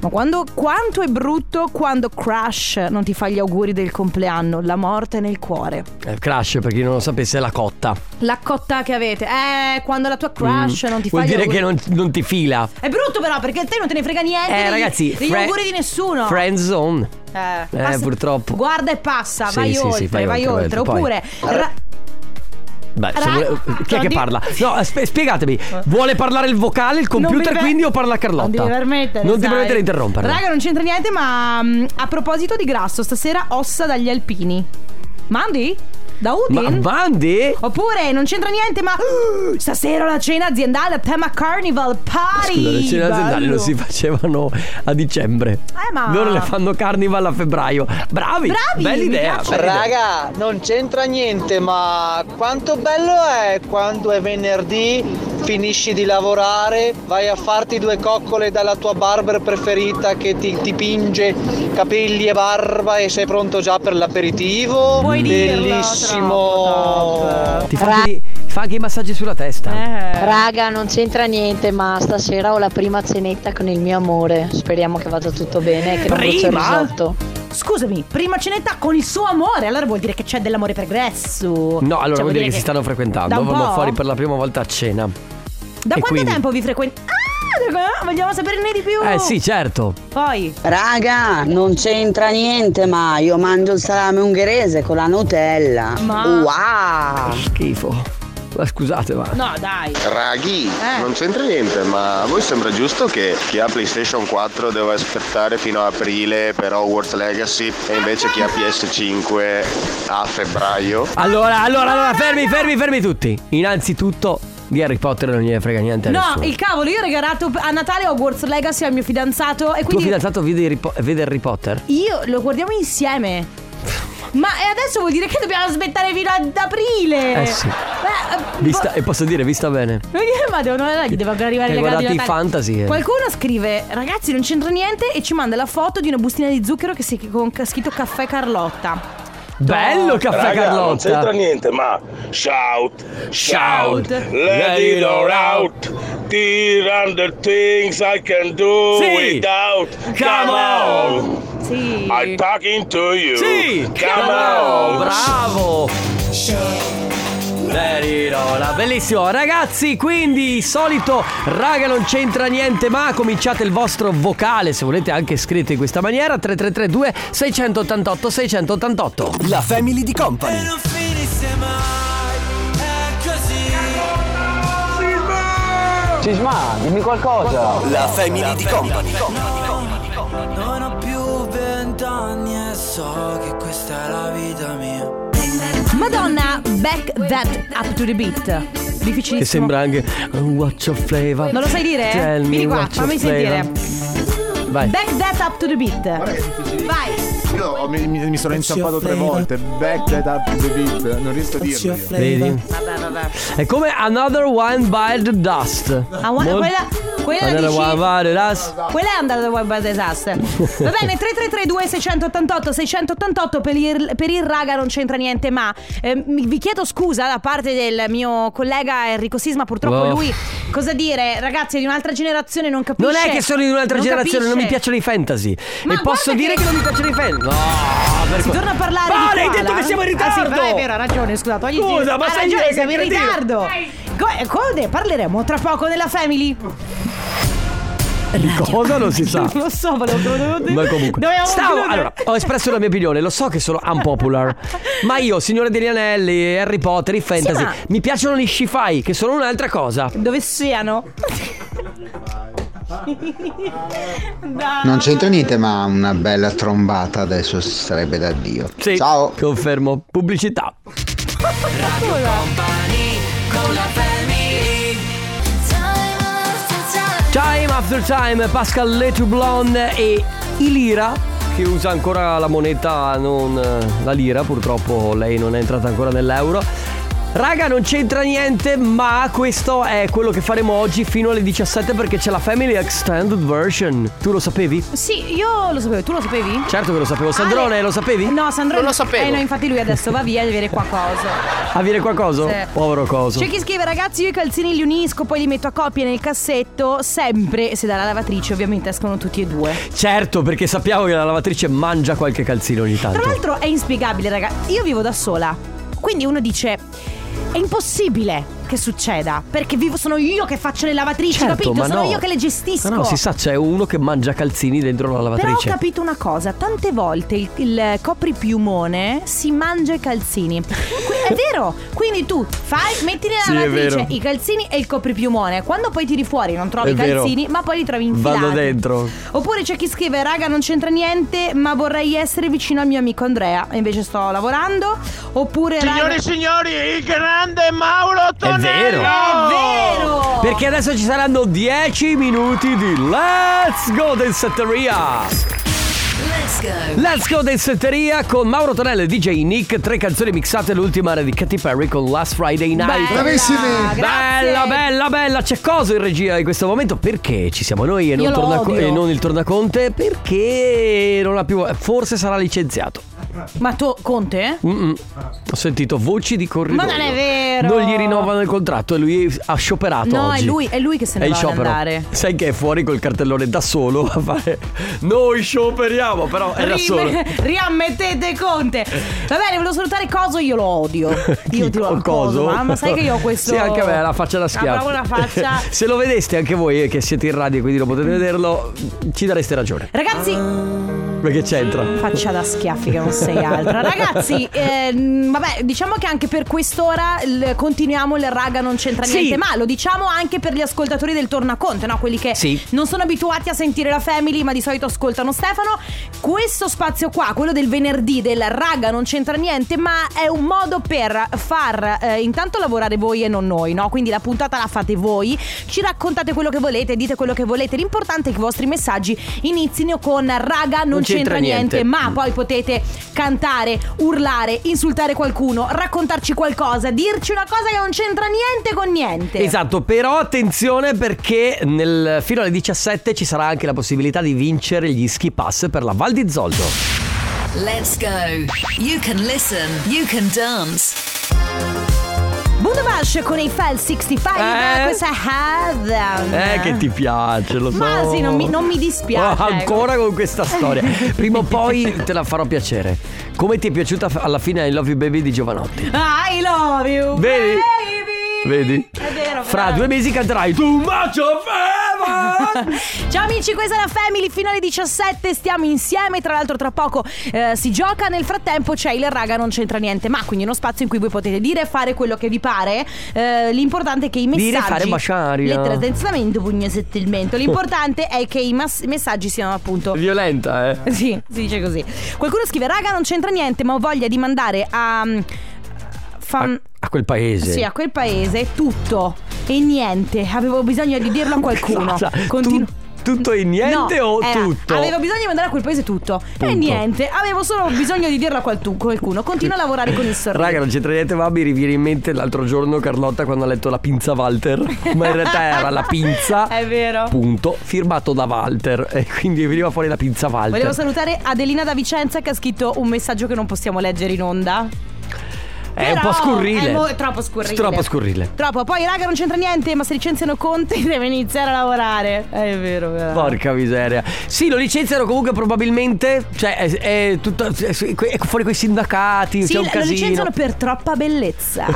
Ma quando quanto è brutto quando Crush non ti fa gli auguri del compleanno, la morte nel cuore.
Eh, Crash, per chi non lo sapesse, è la cotta.
La cotta che avete, eh, quando la tua crush
Mm.
non ti fa
Vuol
gli
dire
auguri.
che non, non ti fila.
È brutto però perché a te non te ne frega niente
Eh,
degli-
ragazzi,
degli
fre-
auguri di nessuno.
Friend zone.
Eh,
Eh,
basta-
purtroppo.
Guarda e passa,
Sì,
vai,
sì, sì,
oltre, vai,
vai
oltre,
oltre, vai oltre,
Oppure ra-
Beh, se
Ra-
vuole- chi è
non
che
di- <laughs> Eh.
parla? No, aspe- spiegatemi. Vuole parlare il vocale, il computer,
mi-
quindi o
non
parla Carlotta?
ti permettere.
Non ti
sai.
permettere di interromperla.
Raga, non c'entra niente, ma mm, a proposito di grasso, stasera ossa dagli alpini. Mandi? Da Udin?
Ma- Mandi?
Oppure non c'entra niente, ma <gasps> stasera la cena aziendale a tema Carnival Party.
Scusa, le cene aziendali
Bello.
non si facevano a dicembre.
Eh, ma-
Loro le fanno carnival a febbraio. Bravi!
Bravi,
Bella
mi
idea!
piace.
bella idea.
Raga, non c'entra niente, ma quanto bello è quando è venerdì, finisci di lavorare, vai a farti due coccole dalla tua barber preferita che ti, ti pinge capelli e barba e sei pronto già per l'aperitivo. Bellissimo!
Ti fa anche, i- fa anche i massaggi sulla
Eh.
testa.
Raga, non c'entra niente, ma stasera ho la prima cenetta con il mio amore. Speriamo che vada tutto bene e che non brucio il
Prima?
risotto.
Scusami, prima cenetta con il suo amore, allora vuol dire che c'è dell'amore pregresso.
No, allora
Cioè,
vuol dire che si stanno frequentando.
Da un
Vanno
po'?
fuori per la prima volta a cena.
Da
E
quanto
quindi-
tempo vi frequentate? Ah, vogliamo saperne di più.
Eh sì, certo.
Poi.
Raga, non c'entra niente, ma io mangio il salame ungherese con la Nutella.
Ma-
Wow!
Ah, Schifo. Ma scusate, ma.
No, dai.
Raghi, non c'entra niente, ma a voi sembra giusto che chi ha PlayStation 4 deve aspettare fino a aprile per Hogwarts Legacy e invece chi ha PS5 a febbraio?
Allora, allora, allora, fermi, fermi, fermi tutti. Innanzitutto, di Harry Potter non gliene frega niente a
No,
nessuno.
il cavolo, io ho regalato a Natale Hogwarts Legacy al mio fidanzato e
Tuo
quindi
fidanzato vede Harry, Po- vede Harry Potter?
io lo guardiamo
<laughs>
insieme. Ma e adesso vuol dire che dobbiamo aspettare fino ad aprile.
Eh sì.
Beh, eh, <laughs>
Vista, e posso dire, vista bene.
Ma devo, no, gli devo arrivare
Hai
il regalo di
guardato i
Natale.
fantasy, eh.
Qualcuno scrive Ragazzi non c'entra niente E ci manda la foto di una bustina di zucchero Che si con ca- scritto Caffè Carlotta
Bello caffè
Raga,
Carlotta.
Non c'entra niente, ma shout, shout,
Shout.
let it all out. These are the things I can do
Sì.
without. Come,
Come on.
on.
Sì.
I'm talking to you.
Sì.
Come on.
Bravo. Daddy Lola, Bellissimo, ragazzi, quindi il solito raga non c'entra niente, ma cominciate il vostro vocale, se volete anche scritto in questa maniera, 3332 688 688.
La family di company.
Sisma, dimmi qualcosa.
La family di company.
Non ho più vent'anni e so che questa è la vita mia.
Madonna, back that up to the beat. Difficilissimo.
Che sembra anche Watch your flavor.
Non lo sai dire?
Tell me
Vieni qua,
what's your
fammi sentire.
flavor. Vai.
Back that up to the beat. Vai.
Io ho- mi, mi- mi sono inciampato tre volte. Back that up the beat. Non riesco a dirlo. io.
Vedi?
Vabbè, vabbè.
È come Another One by the Dust.
Ah, guarda,
Mol-
quella, quella la
Another
dici-
One by the Dust.
Quella è andata da Web by Disaster. Va
<laughs>
bene, 3332 688 688 per il, per il raga non c'entra niente, ma ehm, mi- vi chiedo scusa da parte del mio collega Enrico Sisma, purtroppo
Oh.
lui cosa dire, ragazzi, è di un'altra generazione non capisce.
Non è che sono di un'altra
non
generazione, non mi
capisce.
piacciono i fantasy.
Ma
e posso
guarda
dire
che-
che... non mi piacciono i fantasy. No, per
Si
co-
torna a parlare
Ma
di
lei ha
koala?
detto che siamo in
Ah,
ritardo.
sì, vabbè, è vero, ha ragione, scusa, togli
Scusa,
giri.
ma
ha
sai
ragione,
dire
siamo
che
in
cretino.
ritardo. Co- Code, parleremo tra poco nella Family.
Di cosa non
<laughs>
si sa.
Non lo so, ma lo dovevo dire.
Ma comunque,
Dovevamo
stavo,
chiudere.
allora, ho espresso la mia opinione, lo so che sono
<laughs>
unpopular, ma io, Signore degli Anelli, Harry Potter, i fantasy,
ma-
mi piacciono gli sci-fi, che sono un'altra cosa.
Dove siano? Dai.
Non c'entra niente, ma una bella trombata adesso sarebbe da Dio.
Sì,
Ciao.
Confermo, pubblicità. Time after time, Pascal Letu Blonde e Ilira, che usa ancora la moneta, non eh, la lira, purtroppo lei non è entrata ancora nell'euro. Raga, non c'entra niente, ma questo è quello che faremo oggi fino alle 17 perché c'è la Family Extended Version. Tu lo sapevi?
Sì, io lo sapevo, tu lo sapevi?
Certo che lo sapevo. Sandrone,
Ale-
lo sapevi?
Ah, No, Sandro
Non lo sapevo.
Eh no, infatti lui adesso va via a vedere qua cosa.
A dire qualcosa?
Sì.
Povero coso.
C'è chi scrive ragazzi io i calzini li unisco poi li metto a coppie nel cassetto sempre se dalla lavatrice ovviamente escono tutti e due.
Certo, perché sappiamo che la lavatrice mangia qualche calzino ogni tanto.
Tra l'altro è inspiegabile raga, io vivo da sola quindi uno dice è impossibile che succeda perché vivo, sono io che faccio le lavatrici
Certo,
capito?
ma
Sono
no.
io che le gestisco.
Ma no, si sa, c'è uno che mangia calzini dentro la
Però ho
lavatrice.
capito una cosa, tante volte il, il copripiumone si mangia i calzini. Que- è vero, quindi tu fai, metti nella
Sì, è
lavatrice
vero.
i calzini e il copripiumone. Quando poi tiri fuori non trovi
È
i
vero.
calzini, ma poi li trovi infilati.
Vanno dentro.
Oppure c'è chi scrive, raga non c'entra niente, ma vorrei essere vicino al mio amico Andrea, e invece sto lavorando. Oppure...
Signori
raga...
e signori, il grande Mauro
È
Tonello!
vero. Perché adesso ci saranno 10 minuti di Let's Go del Setteria.
Let's go.
Let's Go del Setteria con Mauro Tonello e DJ Nick. Tre canzoni mixate. L'ultima era di Katy Perry con Last Friday Night.
Bella, Bravissimi. grazie.
Bella, bella, bella. C'è coso in regia in questo momento. Perché ci siamo noi e non,
Io lo
tornaco-
odio.
e non il Tornaconte? Perché non ha più. Forse sarà licenziato.
Ma tu, Conte?
Mm-mm. Ho sentito voci di corridoio.
Ma non è vero.
Non gli rinnovano il contratto e lui ha scioperato
No,
oggi.
è lui- è lui che se ne
È in
va ad
sciopero.
andare.
Sai che è fuori col cartellone da solo a fare Noi scioperiamo, però è da
Rime-
solo.
<laughs> riammettete Conte. Va bene, volevo salutare Coso, io lo
<laughs>
odio. Io ti lo Coso. Mamma, sai che io ho questo.
Sì, anche a me ha la faccia da schiaffo.
Avrò una
<laughs>
faccia. Mm.
Se lo vedeste anche voi eh, che siete in radio e quindi non potete vederlo, ci dareste ragione.
Ragazzi,
Perché c'entra?
faccia da schiaffi che non sei altro. Ragazzi, ehm, vabbè, diciamo che anche per quest'ora il- continuiamo il raga non c'entra
Sì.
niente, ma lo diciamo anche per gli ascoltatori del Tornaconte, no? Quelli che
Sì.
non sono abituati a sentire la Family, ma di solito ascoltano Stefano. Questo spazio qua, quello del venerdì del raga non c'entra niente, ma è un modo per far eh, intanto lavorare voi e non noi, no? Quindi la puntata la fate voi, ci raccontate quello che volete, dite quello che volete. L'importante è che i vostri messaggi inizino con raga non, c'entra, niente,
Mm.
ma poi potete cantare, urlare, insultare qualcuno, raccontarci qualcosa, dirci una cosa che non c'entra niente con niente.
Esatto, però attenzione perché nel- fino alle 17 ci sarà anche la possibilità di vincere gli ski pass per la Val di Zoldo.
Let's go. You can listen, you can dance.
Buon Padova esce con i Fell 65
Eh?
Questa è Heaven
Eh, che ti piace, lo so.
Ma sì, non mi, non mi dispiace ecco.
Oh, ancora con
<laughs>
questa storia. Prima o poi te la farò piacere. Come ti è piaciuta f- alla fine I Love You Baby di Giovanotti?
I love you
Vedi?
baby
Vedi?
È vero
Fra
bravo.
due mesi canterai Tu macio
<laughs> Ciao amici, questa è la Family, fino alle 17 stiamo insieme, tra l'altro tra poco eh, si gioca, nel frattempo c'è il raga non c'entra niente, ma quindi uno spazio in cui voi potete dire e fare quello che vi pare, Eh, l'importante è che i messaggi...
Dire e fare basciaria.
Lettere senza pugno settilmente, l'importante è che i mas- messaggi siano appunto...
Violenta, eh.
Sì, si dice così. Qualcuno scrive, raga non c'entra niente, ma ho voglia di mandare a... Fan...
A quel paese.
Mm. Sì, a quel paese è tutto e niente. Avevo bisogno di dirlo a qualcuno.
<laughs> Cosa?
Continu-
Cioè, Tutto e niente
No,
o
era,
tutto?
Avevo bisogno di mandare a quel paese tutto. E niente, avevo solo bisogno di dirlo a qualtu- qualcuno. Continua a lavorare
<laughs>
con il sorriso.
Raga, non c'entra niente, ma mi riviene in mente l'altro giorno Carlotta quando ha letto la pinza Walter. Ma in realtà era la pinza.
<laughs> È vero.
Punto. Firmato da Walter. E quindi veniva fuori la pinza Walter.
Volevo salutare Adelina da Vicenza che ha scritto un messaggio che non possiamo leggere in onda.
È un
Però
po' scurrile.
È mo- troppo scurrile.
Troppo scurrile.
Troppo. Poi, raga, non c'entra niente, ma se licenziano Conte <laughs> deve iniziare a lavorare. Eh, È vero, è vero.
Porca miseria. Sì, lo licenziano comunque probabilmente. Cioè, è, è tutto. È, è fuori quei sindacati.
Sì,
c'è un
lo
casino. <laughs>
licenziano per troppa bellezza.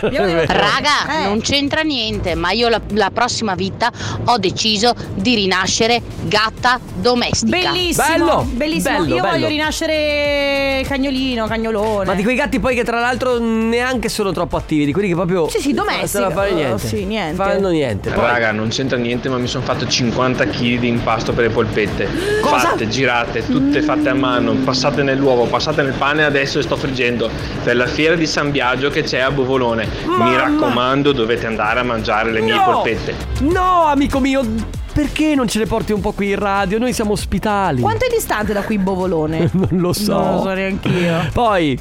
Raga,
Eh.
non c'entra niente, ma io la, la prossima vita ho deciso di rinascere gatta domestica.
Bellissimo,
Bello,
bellissimo.
bello,
Io
bello.
voglio rinascere cagnolino, cagnolone.
Ma di quei gatti poi che tra l'altro neanche sono troppo attivi, di quelli che proprio
Sì, sì, domestici.
non sanno fare
Oh,
niente.
sì, niente.
Fanno niente. Poi-
Raga, non c'entra niente, ma mi sono fatto 50 kg di impasto per le polpette. Fatte, girate, tutte fatte a mano, passate nell'uovo, passate nel pane, adesso sto friggendo per la fiera di San Biagio che c'è a Bovolone. Mi
Mamma!
raccomando, dovete andare a mangiare le mie
No!
polpette.
No, amico mio, perché non ce le porti un po' qui in radio? Noi siamo ospitali.
Quanto è distante da qui
<laughs>
Bovolone?
non lo so.
Non lo so neanch'io.
Poi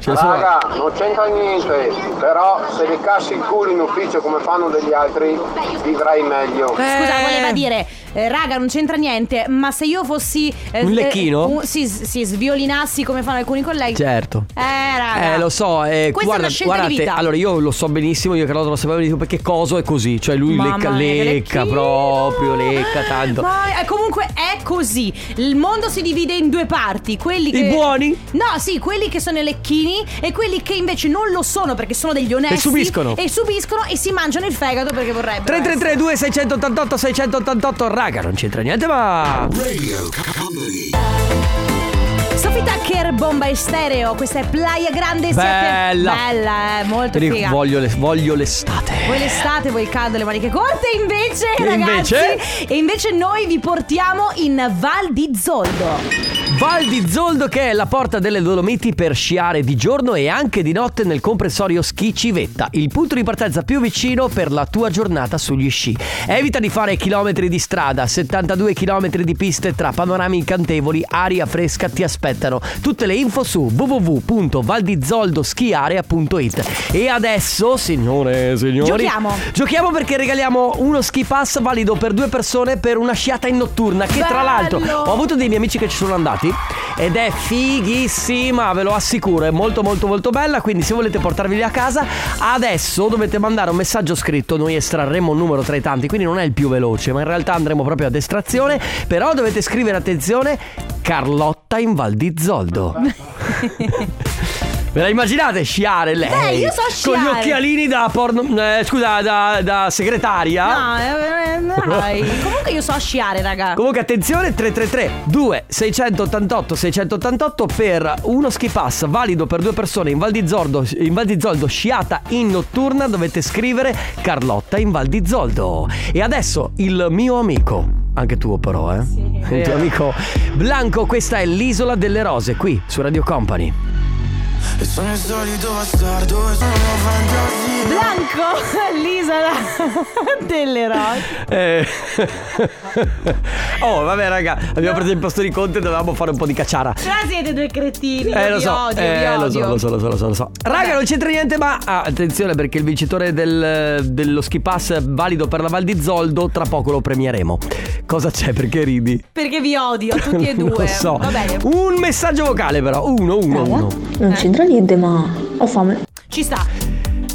ce ne sono-
Raga, non c'entra niente, però se le cassi il culo in ufficio come fanno degli altri, vivrai meglio.
Scusa, voleva dire, eh, raga, non c'entra niente, ma se io fossi. eh,
Un
eh,
lecchino?
un- sì, sì, sviolinassi come fanno alcuni colleghi.
Certo.
Eh, raga.
Eh, lo so, eh,
Questa è
guarda,
una scelta
guardate,
di vita.
allora io lo so benissimo, io e Carlotta lo sapevo benissimo perché coso è così, cioè lui
Mamma
lecca,
mia, che
lecca
lecchino!
proprio, lecca tanto.
Ma, eh, comunque è così. Il mondo si divide in due parti: quelli che.
I buoni?
No, sì, quelli che sono i lecchini e quelli che invece non lo sono perché sono degli onesti.
E subiscono.
E subiscono e si mangiano il fegato perché vorrebbero.
3332 688 688 raga, non c'entra niente, ma
essere. Sophie Tucker, bomba in stereo. Questa è Playa Grande. siete-
Bella.
Bella, eh, molto
Ri-
figa.
voglio, le- voglio l'estate.
Voi l'estate, voi il caldo, le maniche corte, invece,
E
ragazzi.
invece?
E invece noi vi portiamo in Val di Zoldo.
Val di Zoldo che è la porta delle Dolomiti per sciare di giorno e anche di notte nel comprensorio Schi Civetta, il punto di partenza più vicino per la tua giornata sugli sci. Evita di fare chilometri di strada, 72 chilometri di piste tra panorami incantevoli, aria fresca ti aspettano. Tutte le info su www.valdizoldoschiarea.it. E adesso, signore e signori,
Giochiamo.
Giochiamo perché regaliamo uno ski pass valido per due persone per una sciata in notturna che tra
Bello!
l'altro ho avuto dei miei amici che ci sono andati ed è fighissima, ve lo assicuro, è molto molto molto bella, quindi se volete portarveli a casa adesso dovete mandare un messaggio scritto, noi estrarremo un numero tra i tanti, quindi non è il più veloce, ma in realtà andremo proprio ad estrazione, però dovete scrivere attenzione Carlotta in Val di
<laughs>
Zoldo. Ve la immaginate sciare lei?
Beh, io so
Con gli
sciare.
occhialini da porno. eh, scusa, da, da segretaria.
No, eh, eh,
<laughs>
dai. Comunque io so sciare, raga.
Ah. Comunque attenzione 333 2688 688 per uno ski pass valido per due persone in Val di Zoldo, in Val di Zoldo sciata in notturna dovete scrivere Carlotta in Val di Zoldo. E adesso il mio amico, anche tuo però, eh? il tuo
vero.
amico Blanco, questa è l'isola delle rose qui su Radio Company.
E sono il solito bastardo e sono una fantasia.
Blanco, <laughs> l'isola delle rose.
Eh. <laughs> oh, vabbè, raga, abbiamo preso il posto di Conte, dovevamo fare un po' di cacciara.
Però siete due cretini.
Eh,
io
lo
vi
so,
odio,
eh,
vi
lo
odio.
so, lo so, lo so, lo so, lo so. Raga, non c'entra niente, ma ah, attenzione perché il vincitore del- dello ski pass valido per la Val di Zoldo, tra poco lo premieremo. Cosa c'è? Perché ridi?
Perché vi
<laughs>
odio, tutti e
Non
due.
lo so.
Va bene.
Un messaggio vocale, però. Uno, uno, uno.
Non c'entra niente, ma ho fame.
Ci sta.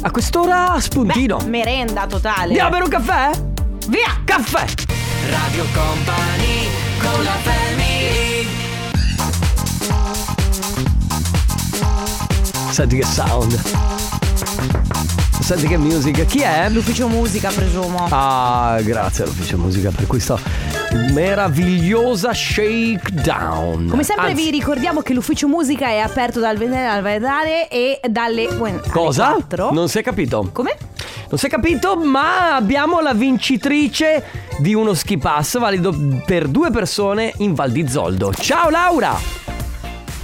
A quest'ora spuntino.
merenda totale.
Andiamo a bere un caffè?
Via!
Caffè!
Radio Company con la family
Senti che sound. Senti che musica. Chi è?
L'ufficio musica, presumo.
Ah, grazie all'ufficio musica per questa meravigliosa shakedown.
Come sempre
Anzi,
vi ricordiamo che l'ufficio musica è aperto dal venerdì al venerdì e dalle... alle
Cosa?
4.
Non si è capito.
Come?
Non si è capito, ma abbiamo la vincitrice di uno ski pass valido per due persone in Val di Zoldo. Ciao Laura!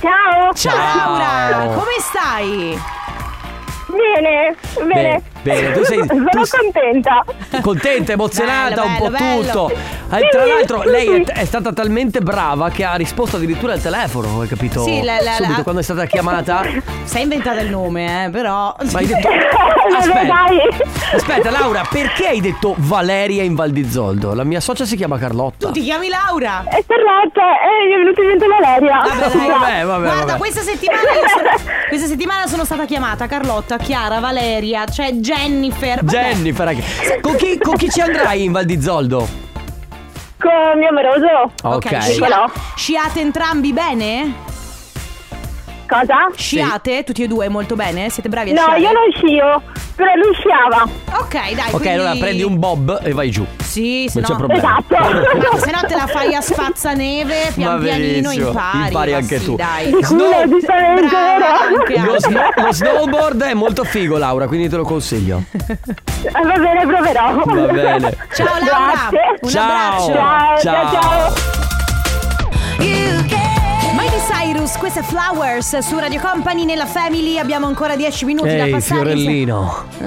Ciao!
Ciao
Ah.
Laura, come stai?
Bene, bene.
Bene, bene, tu
<laughs>
sei-
Sono
tu sei-
contenta.
Contenta, emozionata,
Bello,
un po'
bello,
tutto.
bello.
Eh, tra
Sì,
l'altro,
sì,
lei è,
sì.
è stata talmente brava che ha risposto addirittura al telefono, hai capito?
Sì, la- la-
Subito
la-
quando è stata chiamata.
Sei inventata il nome, eh, però...
Ma hai detto.
<laughs>
Aspetta, Laura, perché hai detto Valeria in Val di Zoldo? La mia socia si chiama Carlotta.
<laughs> Tu ti chiami Laura?
È corretto, eh, mi è venuta in mente Valeria.
Vabbè, dai.
Vabbè, vabbè,
Guarda,
vabbè.
Questa, settimana io sono, questa settimana sono stata chiamata Carlotta, Chiara, Valeria, cioè Jennifer. Vabbè.
Jennifer, anche- con chi, con chi ci andrai in Val di Zoldo?
Ecco,
Con mio amoroso.
Ok.
scia- sciate entrambi bene?
Cosa?
Sciate tutti e due molto bene? Siete bravi a
No,
sciare?
io non scio, però lui sciava.
Ok, dai.
Ok,
quindi-
allora prendi un bob e vai giù.
Sì, se
Non c'è
no-
problema.
Esatto.
Ma <laughs> se no te la fai
<laughs>
a spazzaneve, pian
Va
pianino
benissimo,
impari.
impari
ma
anche
sì,
tu.
Dai.
Il culo,
Snow-
giustamente,
Brava,
vero?
anche,
Lo,
anche.
sno- lo snowboard è molto figo, Laura, quindi te lo consiglio.
Eh, va bene, proverò.
Va
<laughs>
bene.
Ciao Laura,
Grazie.
un
Ciao.
abbraccio.
Ciao, ciao, ciao.
Miley Cyrus, questa è Flowers su Radio Company nella Family, abbiamo ancora 10 minuti da
Ehi,
passare.
fiorellino.
<laughs>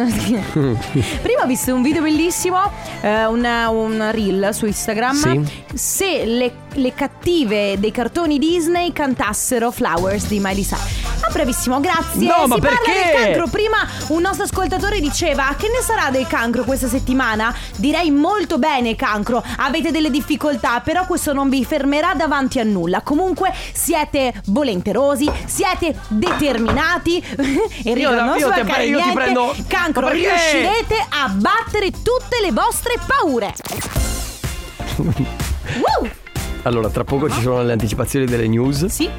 Prima ho visto un video bellissimo, eh, una- un reel su Instagram.
Sì.
Se le, le cattive dei cartoni Disney cantassero Flowers di Miley Cyrus. Ah, bravissimo, grazie.
No,
si
ma
parla
perché?
del cancro. Prima un nostro ascoltatore diceva: Che ne sarà del cancro questa settimana? Direi molto bene, cancro. Avete delle difficoltà, però questo non vi fermerà davanti a nulla. Comunque siete volenterosi, siete determinati. <laughs> Enrico,
Io la-
non
io
so
te pre- io ti
niente.
prendo-
Cancro,
Ma perché?
riuscirete a battere tutte le vostre paure. Woo!
Allora, tra poco ci sono le anticipazioni delle news.
Sì.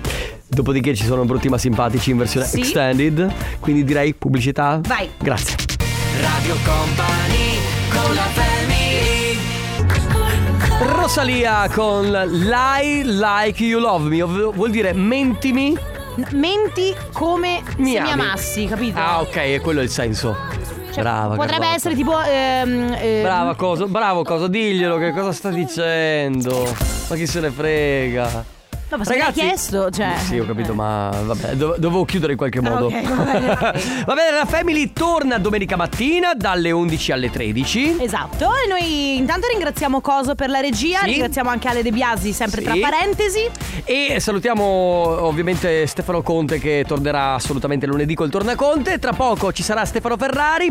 Dopodiché ci sono brutti ma simpatici in versione
Sì.
extended. Quindi direi pubblicità.
Vai.
Grazie.
Radio Company con la family
Rosalia con Lie Like You Love Me, ovvero- vuol dire mentimi.
Menti come
Mi
se
ami.
mi amassi, capito? Cioè,
Ah, ok, e quello è il senso. Brava.
Potrebbe
Carlotta.
essere tipo. ehm, ehm,
Brava cosa, bravo cosa, diglielo che cosa sta dicendo. Ma chi se ne frega?
No, ma se l'hai chiesto, cioè. Ah,
Sì, ho capito, ma vabbè, dove- dovevo chiudere in qualche modo.
ok, va bene,
<laughs> Va bene, la Family torna domenica mattina dalle 11 alle 13.
Esatto, e noi intanto ringraziamo Coso per la regia,
Sì.
ringraziamo anche Ale De Biasi, sempre
Sì.
tra parentesi.
E salutiamo ovviamente Stefano Conte che tornerà assolutamente lunedì col Tornaconte. Tra poco ci sarà Stefano Ferrari.